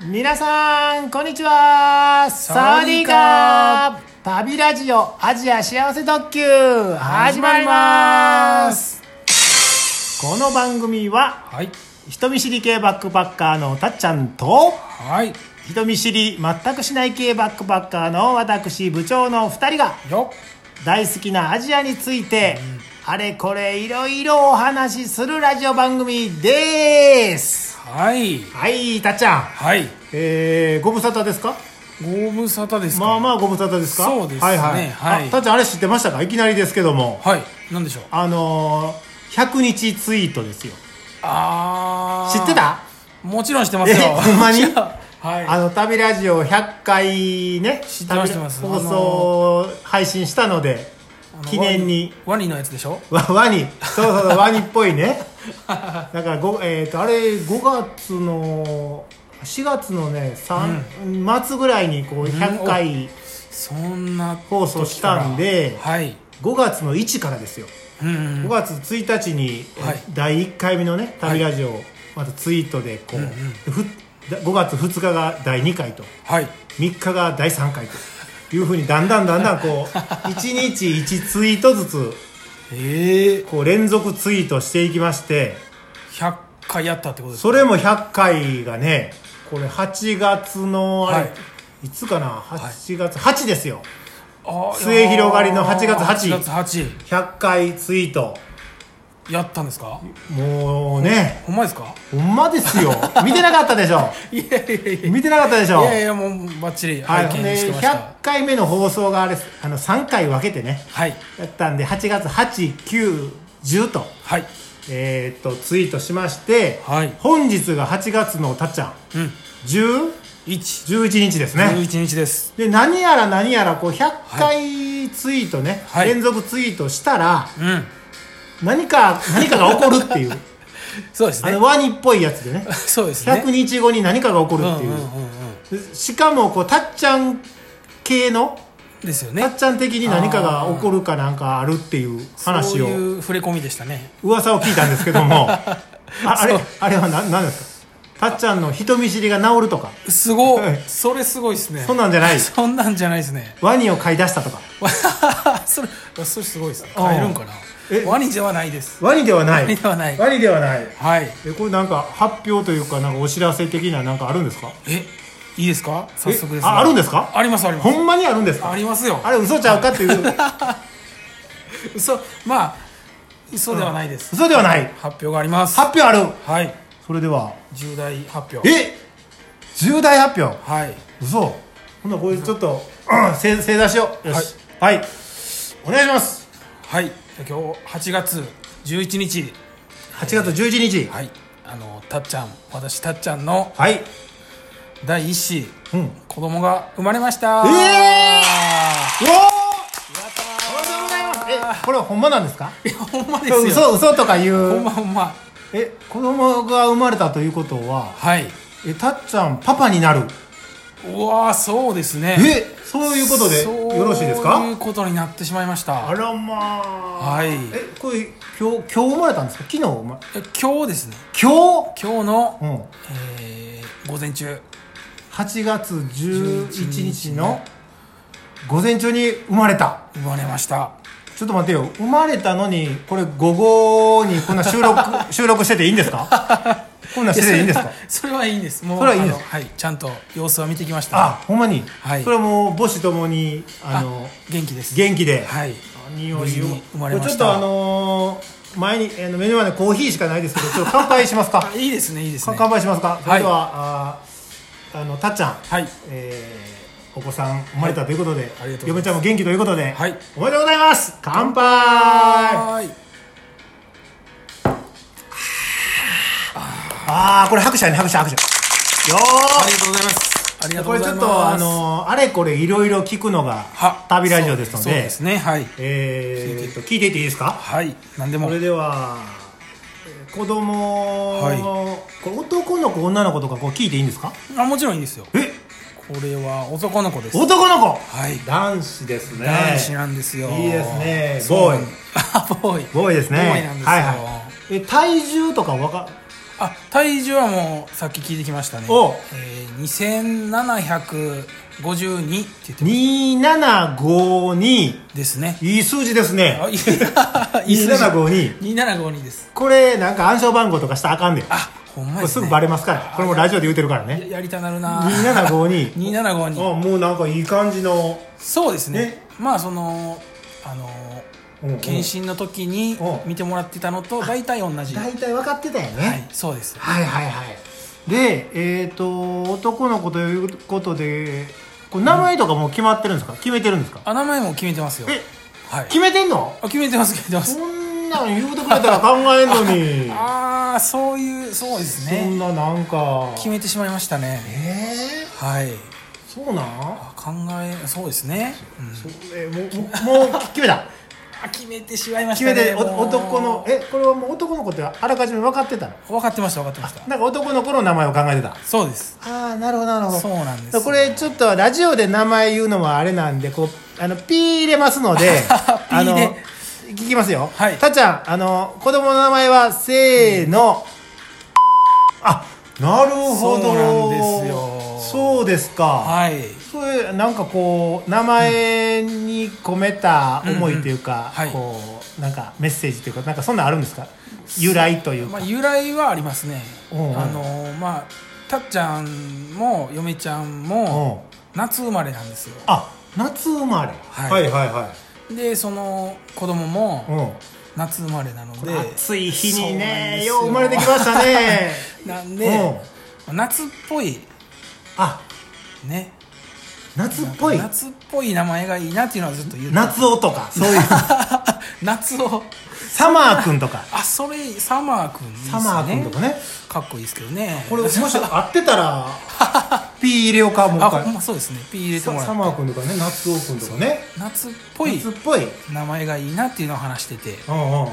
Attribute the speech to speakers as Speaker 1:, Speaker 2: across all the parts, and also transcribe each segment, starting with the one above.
Speaker 1: 皆さんこんにちはサワディーカー旅ラジオアジア幸せ特急始まりますこの番組は
Speaker 2: はい
Speaker 1: 人見知り系バックパッカーのたっちゃんと
Speaker 2: はい
Speaker 1: 人見知り全くしない系バックパッカーの私部長の2人が
Speaker 2: よ
Speaker 1: 大好きなアジアについて、あれこれいろいろお話しするラジオ番組です
Speaker 2: はい
Speaker 1: はいたっちゃん
Speaker 2: はい
Speaker 1: えー、ご無沙汰ですか
Speaker 2: ご無沙汰ですか
Speaker 1: まあまあご無沙汰ですか
Speaker 2: そうですね
Speaker 1: はいはい、
Speaker 2: はい
Speaker 1: あたっちゃんあれ知ってましたかいきなりですけども
Speaker 2: はいなんでしょう
Speaker 1: あのー、100日ツイートですよ
Speaker 2: あ
Speaker 1: 知
Speaker 2: ー
Speaker 1: ってた
Speaker 2: もちろん知ってますよ
Speaker 1: えほんまに
Speaker 2: じゃあ はい
Speaker 1: あの旅ラジオ100回ね
Speaker 2: 知ってます知ってます
Speaker 1: 旅放送配信したので
Speaker 2: あの
Speaker 1: 記念に
Speaker 2: ワニワニのやつでしょ
Speaker 1: わワニそうそう そうワニっぽいねだからご、えー、とあれ5月の4月のね3、末ぐらいにこう100回
Speaker 2: そんな
Speaker 1: 放送したんで
Speaker 2: はい
Speaker 1: 5月の1からですよ
Speaker 2: うんう
Speaker 1: 5
Speaker 2: ん
Speaker 1: 月1日に、えー
Speaker 2: はい
Speaker 1: 第1回目のね旅ラジオ、またツイートでこう、
Speaker 2: うんうん
Speaker 1: ふ5月2日が第2回と
Speaker 2: はい
Speaker 1: 3日が第3回というふうにだんだんだんだんこう 1日1ツイートずつ
Speaker 2: ええ
Speaker 1: こう連続ツイートしていきまして
Speaker 2: 100回やったってことです
Speaker 1: それも100回がねこれ8月のあれ、、
Speaker 2: はい
Speaker 1: つかな8月、8ですよ
Speaker 2: あー
Speaker 1: 末広がりの8月8
Speaker 2: 8月8
Speaker 1: 100回ツイート
Speaker 2: やったんですか
Speaker 1: もうね
Speaker 2: ほんまですか
Speaker 1: ほんまですよ見てなかったでしょ
Speaker 2: いやいやいや
Speaker 1: 見てなかったでしょ
Speaker 2: いやいやもうバッチリ
Speaker 1: はい、
Speaker 2: 拝見して
Speaker 1: で
Speaker 2: ました
Speaker 1: 100回目の放送があれあの3回分けてね
Speaker 2: はい
Speaker 1: やったんで8月890と,、
Speaker 2: はい
Speaker 1: えー、とツイートしまして、
Speaker 2: はい
Speaker 1: 本日が8月のたっちゃん
Speaker 2: うん
Speaker 1: 10
Speaker 2: 1
Speaker 1: 11日ですね
Speaker 2: 11日です
Speaker 1: で何やら何やらこう100回ツイートね、
Speaker 2: はい
Speaker 1: 連続ツイートしたら
Speaker 2: うん
Speaker 1: 何か何かが起こるっていう
Speaker 2: そうです
Speaker 1: あ
Speaker 2: ね
Speaker 1: のワニっぽいやつでね
Speaker 2: そうですね
Speaker 1: 100日後に何かが起こるっていう
Speaker 2: うんうんうんうん
Speaker 1: でしかもこうたっちゃん系の
Speaker 2: ですよ
Speaker 1: た
Speaker 2: ね
Speaker 1: っちゃん的に何かが起こるかなんかあるっていう話
Speaker 2: そう
Speaker 1: を
Speaker 2: いう触れ込みでしたね
Speaker 1: 噂を聞いたんですけど もああれ
Speaker 2: そう
Speaker 1: あれは何何ですかたっちゃんの人見知りが治るとか
Speaker 2: すご
Speaker 1: はい
Speaker 2: いそれすごいですね
Speaker 1: そんなんじゃない
Speaker 2: そんなんじゃないですね
Speaker 1: ワニを飼い出したとか
Speaker 2: それそれすごいですね
Speaker 1: うん
Speaker 2: 変えるんかな
Speaker 1: え
Speaker 2: ワニではないです
Speaker 1: ワニではない
Speaker 2: ワニではない
Speaker 1: ワニではない
Speaker 2: はい
Speaker 1: えこれなんか発表というかなんかお知らせ的ななんかあるんですか
Speaker 2: えいいですか早速
Speaker 1: え
Speaker 2: ですが
Speaker 1: ああるんですか
Speaker 2: ありますあります
Speaker 1: ほんまにあるんですか
Speaker 2: ありますよ
Speaker 1: あれ嘘ちゃうかっていう
Speaker 2: 嘘まあ嘘ではないです
Speaker 1: 嘘ではない
Speaker 2: 発表があります
Speaker 1: 発表ある
Speaker 2: はい
Speaker 1: それでは
Speaker 2: 重大発表
Speaker 1: え重大発表
Speaker 2: はい
Speaker 1: 嘘ほんならこれちょっと、うん、正正座しようよしはい、お願いします
Speaker 2: はい今日8月11日
Speaker 1: 8月11日
Speaker 2: はいあのたっちゃん私たっちゃんの
Speaker 1: はい、
Speaker 2: 第一子
Speaker 1: うん、お
Speaker 2: 子供が生まれました
Speaker 1: えーおおめでとうございますえこれはほんまなんですか
Speaker 2: いやほんまですよ
Speaker 1: 嘘嘘とか言
Speaker 2: ほんま
Speaker 1: う
Speaker 2: ほんま
Speaker 1: え子供が生まれたということは
Speaker 2: はい
Speaker 1: えたっちゃんパパになる
Speaker 2: うわーそうですね
Speaker 1: えそういうことで
Speaker 2: そう
Speaker 1: よろしいです
Speaker 2: そ
Speaker 1: か
Speaker 2: ういうことになってしまいまし
Speaker 1: あ
Speaker 2: た
Speaker 1: らまあ
Speaker 2: はい
Speaker 1: えこれ今日今日生まれたんですか昨日生まれ
Speaker 2: え今日ですね
Speaker 1: 今
Speaker 2: 今日の
Speaker 1: 日、う、ん、
Speaker 2: えー午前中
Speaker 1: 8月11日の午前中に生まれた
Speaker 2: 生まれました
Speaker 1: ちょっと待ってよ生まれたのにこれ午後にこんな収 録収録してていいんですかこんなんしてていいんですか
Speaker 2: や それはそれはいいんですもう
Speaker 1: それはいいんです
Speaker 2: あのはいちゃんと様子は見てきました
Speaker 1: あほんまに、
Speaker 2: はい
Speaker 1: それはもう母子ともにあの
Speaker 2: 元気です
Speaker 1: 元気で、
Speaker 2: はい
Speaker 1: 何を
Speaker 2: 無事
Speaker 1: 言う
Speaker 2: に生まれました
Speaker 1: こちょっとあのー前に、えー、目の前でコーヒーしかないですけどちょっと乾杯します か
Speaker 2: あいいですねいいです
Speaker 1: か
Speaker 2: ね
Speaker 1: 乾杯しますか、それではあーあのたっちゃん、
Speaker 2: はい
Speaker 1: えーお子さん生まれたということで、
Speaker 2: ありがとうございます
Speaker 1: 嫁ちゃんも元気ということで、
Speaker 2: はい
Speaker 1: おめでとうございます乾杯
Speaker 2: はーい
Speaker 1: ああこれ拍手やね拍手拍手よ
Speaker 2: あ
Speaker 1: ー
Speaker 2: りがとうございますありがとう
Speaker 1: こ
Speaker 2: ご
Speaker 1: れち
Speaker 2: ざ
Speaker 1: ょっ
Speaker 2: います
Speaker 1: とあのーあれこれいろいろ聞くのが
Speaker 2: は
Speaker 1: 旅ラジオですの
Speaker 2: そうそう
Speaker 1: で
Speaker 2: ですねはい
Speaker 1: えー、と聞いていっていいですか
Speaker 2: はい何でも
Speaker 1: それではえー子供、
Speaker 2: はい
Speaker 1: これ男の子女の子とかこう聞いていいんですか
Speaker 2: あもちろんいいですよ
Speaker 1: え
Speaker 2: これは男の子です
Speaker 1: 男の子
Speaker 2: はい
Speaker 1: 男子ですね
Speaker 2: 男子なんですよ
Speaker 1: いいですねボ
Speaker 2: そう
Speaker 1: ーイ
Speaker 2: あボーイ
Speaker 1: ボーイですね
Speaker 2: ボーイなんですよ
Speaker 1: はいはい、え体重とかわか
Speaker 2: あ体重はもうさっき聞いてきましたね
Speaker 1: お
Speaker 2: えー、2752って言ってま
Speaker 1: 2752
Speaker 2: すですね
Speaker 1: いい数字ですね
Speaker 2: あい やいい数字
Speaker 1: 2752
Speaker 2: 2752です
Speaker 1: これなんか暗証番号とかしたらあかんで
Speaker 2: あほんま
Speaker 1: こ
Speaker 2: で
Speaker 1: れ
Speaker 2: す、
Speaker 1: す
Speaker 2: ね、
Speaker 1: ぐバレますからこれもうラジオで言うてるから
Speaker 2: や
Speaker 1: ね
Speaker 2: やりたなるな
Speaker 1: 2752あ
Speaker 2: 2752
Speaker 1: もうなんかいい感じの
Speaker 2: そうですね
Speaker 1: ね
Speaker 2: まあそのあの
Speaker 1: うんうん
Speaker 2: 検診の時に
Speaker 1: うん
Speaker 2: 見てもらってたのと大体同じはい
Speaker 1: 大体分かってたよね、
Speaker 2: そうです
Speaker 1: はいはいはいでえっ、と男の子ということでこう名前とかもう決まってるんですか、決めてるんですか
Speaker 2: あ名前も決めてますよ
Speaker 1: え
Speaker 2: はい
Speaker 1: 決めてんの
Speaker 2: あ決めてます決めてます
Speaker 1: そんなん言うてくれたら考えんの に
Speaker 2: ああそういうそうです
Speaker 1: そん
Speaker 2: ね
Speaker 1: ななんか
Speaker 2: 決めてしまいましたね
Speaker 1: えー、
Speaker 2: はい
Speaker 1: そうなん
Speaker 2: あ考えそうですね、うん
Speaker 1: そえもうもうもう決め た
Speaker 2: あ決めてしまいまし
Speaker 1: 決
Speaker 2: た
Speaker 1: め
Speaker 2: ね
Speaker 1: てお
Speaker 2: もう
Speaker 1: 男のえこれはもう男の子ってあらかじめ分かってたの
Speaker 2: 分かってました分かってました
Speaker 1: なんか男の子の名前を考えてた
Speaker 2: そうです
Speaker 1: ああなるほどなるほど
Speaker 2: そうなんです
Speaker 1: だからこれちょっとラジオで名前言うのもあれなんでこうあのピー入れますので
Speaker 2: ピーで
Speaker 1: あの聞きますよ、
Speaker 2: はい
Speaker 1: たっちゃんあの子供の名前はせーの、あなるほど
Speaker 2: そうなんですよ
Speaker 1: そうですか、
Speaker 2: はい
Speaker 1: そういうなんかこう名前に込めた思いというか、
Speaker 2: うんうんうん
Speaker 1: こうなんかメッセージというかなんかそんなんあるんですか由来というか、
Speaker 2: まあ、由来はありますね、
Speaker 1: うんうん
Speaker 2: あのーまあたっちゃんも嫁ちゃんも夏生まれなんですよ
Speaker 1: あ夏生まれ、
Speaker 2: はい
Speaker 1: はいは
Speaker 2: でその子供も
Speaker 1: うん
Speaker 2: 夏生まれなので
Speaker 1: 暑い日にねよう
Speaker 2: そう
Speaker 1: 生
Speaker 2: な
Speaker 1: まれ
Speaker 2: んで
Speaker 1: て
Speaker 2: す
Speaker 1: き
Speaker 2: よ
Speaker 1: ましたね
Speaker 2: なんで、夏っぽい
Speaker 1: あ
Speaker 2: ね
Speaker 1: 夏っぽい
Speaker 2: なんか夏っぽい名前がいいなっていうのはずっと言う
Speaker 1: 夏男とかそういう
Speaker 2: 夏を
Speaker 1: サマーくんとか
Speaker 2: あそれサマーくんいいっすね
Speaker 1: サマーくんとかね
Speaker 2: かっこいいですけどね
Speaker 1: これもし合ってたら ピー入れようかもう一
Speaker 2: あほん
Speaker 1: 回
Speaker 2: まそうですね P 入れて
Speaker 1: サ
Speaker 2: もら
Speaker 1: サ
Speaker 2: う
Speaker 1: マーくんとかね夏男くんとかね
Speaker 2: 夏っぽい
Speaker 1: 夏っぽいうん
Speaker 2: 名前がいいなっていうのを話してて
Speaker 1: うんう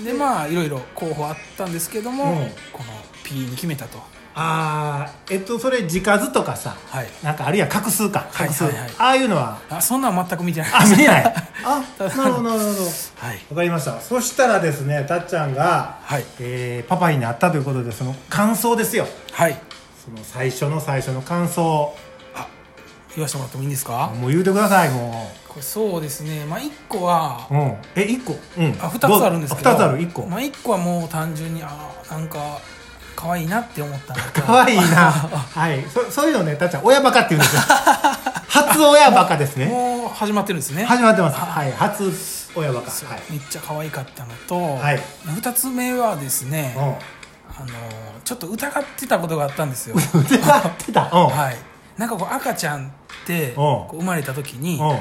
Speaker 1: ん
Speaker 2: でまあいろいろ候補あったんですけども、
Speaker 1: うん
Speaker 2: この P に決めたと
Speaker 1: あーえっとそれ字数とかさ
Speaker 2: はい
Speaker 1: なんかあるいは画数か
Speaker 2: はい
Speaker 1: 画数
Speaker 2: はいはい
Speaker 1: ああいうのは
Speaker 2: あそんなん全く見てない
Speaker 1: あ見えないあ
Speaker 2: た
Speaker 1: なる
Speaker 2: だ
Speaker 1: ほどなるほど
Speaker 2: はい
Speaker 1: わかりましたそしたらですねたっちゃんが
Speaker 2: はい
Speaker 1: えーパパになったということでその感想ですよ
Speaker 2: はい
Speaker 1: その最初の最初の感想
Speaker 2: 言わせてもらってもいいんですか、
Speaker 1: もう言うてくださいも
Speaker 2: これそうですねまあ1個は、
Speaker 1: う、うん、え一1個、うん、
Speaker 2: あ2つあるんですけど
Speaker 1: 2つある1個
Speaker 2: まあ、1個はもう単純にあーなんか可愛いなって思ったのと
Speaker 1: 可愛い なはいそそういうのねたっちゃん親バカって言うんですよ初親バカですね
Speaker 2: もう始まってるんですね
Speaker 1: 始まってますはい初親バカはい、
Speaker 2: めっちゃ可愛かったのと、
Speaker 1: はい
Speaker 2: 2つ目はですね、あのーちょっと疑ってたことがあったんです よ
Speaker 1: うん疑ってたうん、
Speaker 2: はい、なんかこう赤ちゃんってこう生まれた時に
Speaker 1: うん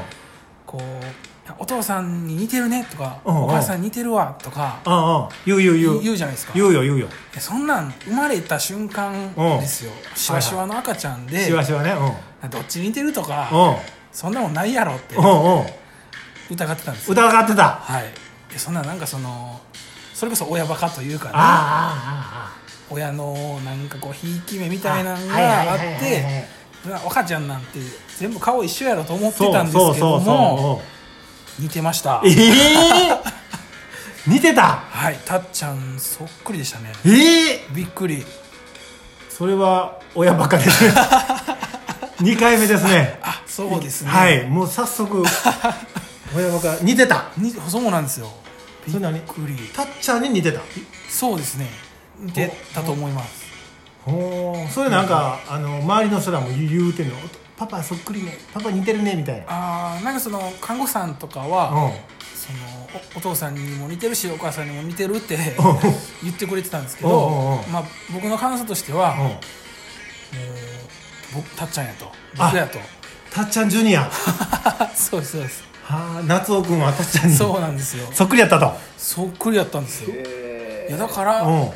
Speaker 2: こうお父さんに似てるねとか
Speaker 1: うん
Speaker 2: お母さんに似てるわとか
Speaker 1: うんうん言う言う言う
Speaker 2: 言うじゃないですか
Speaker 1: 言うよ言うよ
Speaker 2: いやそんなん生まれた瞬間ですよしわしわの赤ちゃんで
Speaker 1: しわしわねうん
Speaker 2: どっちに似てるとか
Speaker 1: うん
Speaker 2: そんなもんないやろって
Speaker 1: うんうん
Speaker 2: 疑ってたんですよ
Speaker 1: 疑ってた
Speaker 2: はいでそんななんかそのそれこそ親バカという
Speaker 1: ああああ
Speaker 2: かね
Speaker 1: あ
Speaker 2: 親のなんかこうひいき目み
Speaker 1: あ
Speaker 2: たいなの
Speaker 1: はいはい
Speaker 2: があ
Speaker 1: は
Speaker 2: っ
Speaker 1: いはい
Speaker 2: て
Speaker 1: はい
Speaker 2: 赤ちゃんなんて全部顔一緒やろと思って
Speaker 1: そう
Speaker 2: たんです
Speaker 1: そう
Speaker 2: けども
Speaker 1: そう
Speaker 2: 似てました
Speaker 1: そうええ似てた
Speaker 2: はいたっちゃんそっくりでしたね
Speaker 1: ええ
Speaker 2: びっくり
Speaker 1: それは親ばっかです 二回目ですね
Speaker 2: あそうですね
Speaker 1: はいもう早速親ばっか似てた
Speaker 2: にそうなんですよび
Speaker 1: それ何
Speaker 2: っくり
Speaker 1: たっちゃんに似てた
Speaker 2: そうですね似てたと思います
Speaker 1: ほうそれなんか、あの周りの人らも言うてんのパパそっくりねパパ似てるねみたいな
Speaker 2: あーなんかその看護師さんとか
Speaker 1: う
Speaker 2: は
Speaker 1: ん
Speaker 2: そのおお父さんにも似てるしお母さんにも似てるって 言ってくれてたんですけ
Speaker 1: おうおう
Speaker 2: ど
Speaker 1: おう
Speaker 2: まあ僕の感想としてはもう
Speaker 1: うん
Speaker 2: 僕たっちゃんやと
Speaker 1: あ
Speaker 2: 僕やと
Speaker 1: たっちゃんジュニアは
Speaker 2: そうですそうです
Speaker 1: あ夏男君はたっちゃんにそ
Speaker 2: そうなんですよ
Speaker 1: っくりやったと
Speaker 2: そっくりやったんですよいやだか
Speaker 1: う
Speaker 2: ら
Speaker 1: ん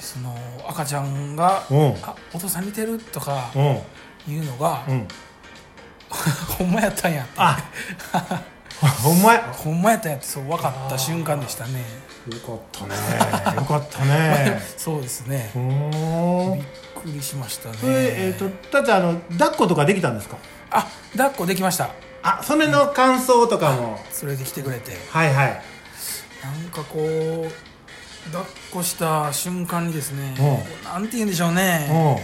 Speaker 2: その赤ちゃんが
Speaker 1: うん
Speaker 2: あお父さん似てるとか
Speaker 1: うん
Speaker 2: いうのが
Speaker 1: うん
Speaker 2: ほんまやったんやって
Speaker 1: あほんまや
Speaker 2: ほんまやったんやってそう分かった瞬間でしたね
Speaker 1: よかったね。よかった
Speaker 2: まあ
Speaker 1: ね。
Speaker 2: そうですね
Speaker 1: ふ
Speaker 2: び
Speaker 1: ー
Speaker 2: っ
Speaker 1: ん。
Speaker 2: くりしましたね
Speaker 1: それえっ、と、たっちゃん、あの、抱っことかできたんですか。
Speaker 2: あ抱っこできました
Speaker 1: あ、それの感想とかも。
Speaker 2: 連れてきてくれて
Speaker 1: はいはい。
Speaker 2: なんかこう抱っこした瞬間にですね
Speaker 1: おう
Speaker 2: なんて言うんでしょうね
Speaker 1: おう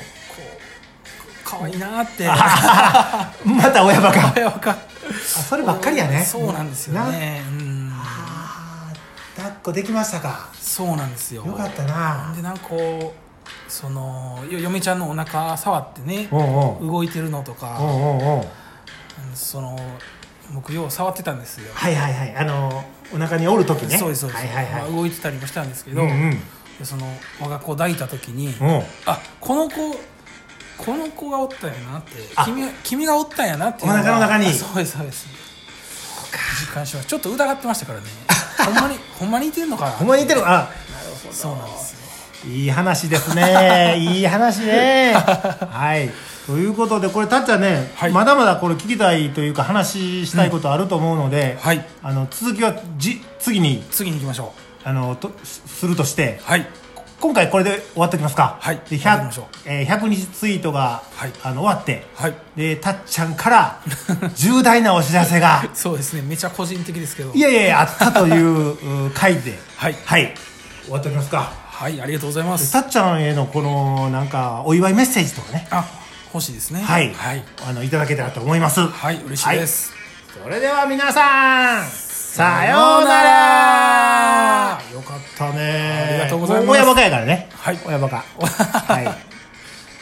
Speaker 2: 可愛いなーって
Speaker 1: また親バカ
Speaker 2: 親バカ
Speaker 1: あそれ ばっかりやね
Speaker 2: そうなんですよねうん
Speaker 1: あー抱っこできましたか
Speaker 2: そうなんですよ
Speaker 1: よかったな
Speaker 2: でなんかこうそのよ嫁ちゃんのお腹触ってね
Speaker 1: おうおう
Speaker 2: 動いてるのと
Speaker 1: お
Speaker 2: か
Speaker 1: うおうおう
Speaker 2: うんその僕よう触ってたんですよ
Speaker 1: はいはいはいあのお腹におる時ね
Speaker 2: そうですそうです、
Speaker 1: はいはいはい
Speaker 2: まあ動いてたりもしたんですけ
Speaker 1: う
Speaker 2: ど、
Speaker 1: んうん
Speaker 2: でその我が子を抱いた時に、
Speaker 1: おう
Speaker 2: あこの子この子がおったんやなって
Speaker 1: あ
Speaker 2: 君君がおったんやなっていう
Speaker 1: お
Speaker 2: が
Speaker 1: 腹の中に
Speaker 2: あそうですそうです実感しましたちょっと疑ってまし たからねほんまにほんまにいてんのかな
Speaker 1: ほんまに言ってるのあ
Speaker 2: そうなんです
Speaker 1: いい話です ねいい話ねはいということでこれたっちゃんね、
Speaker 2: はい
Speaker 1: まだまだこれ聞きたいというか話したいことあると思うので、
Speaker 2: よはい
Speaker 1: あの続きはじ次に
Speaker 2: 次に行きましょ
Speaker 1: あのとすするとして
Speaker 2: うはい
Speaker 1: 今回これで終わっておきますか、
Speaker 2: はい
Speaker 1: で
Speaker 2: 終わりまし
Speaker 1: 100,
Speaker 2: ょう
Speaker 1: えー100日ツイートが、
Speaker 2: はい
Speaker 1: あの終わって
Speaker 2: はい
Speaker 1: でたっちゃんから 重大なお知らせが
Speaker 2: そうですねめちゃ個人的ですけど
Speaker 1: いやいやいやあったというう回で
Speaker 2: はい
Speaker 1: はい終わっておきますか
Speaker 2: はいありがとうございま
Speaker 1: ですたっちゃんへのこのなんかお祝いメッセージとかね
Speaker 2: あ欲しいですね
Speaker 1: はい、
Speaker 2: はい、
Speaker 1: あのいただけたらと思います、
Speaker 2: はい、嬉しいです、
Speaker 1: それでは皆さんさようならよかったね
Speaker 2: ありがとうございます
Speaker 1: も親バカやからね
Speaker 2: はい
Speaker 1: 親バカはい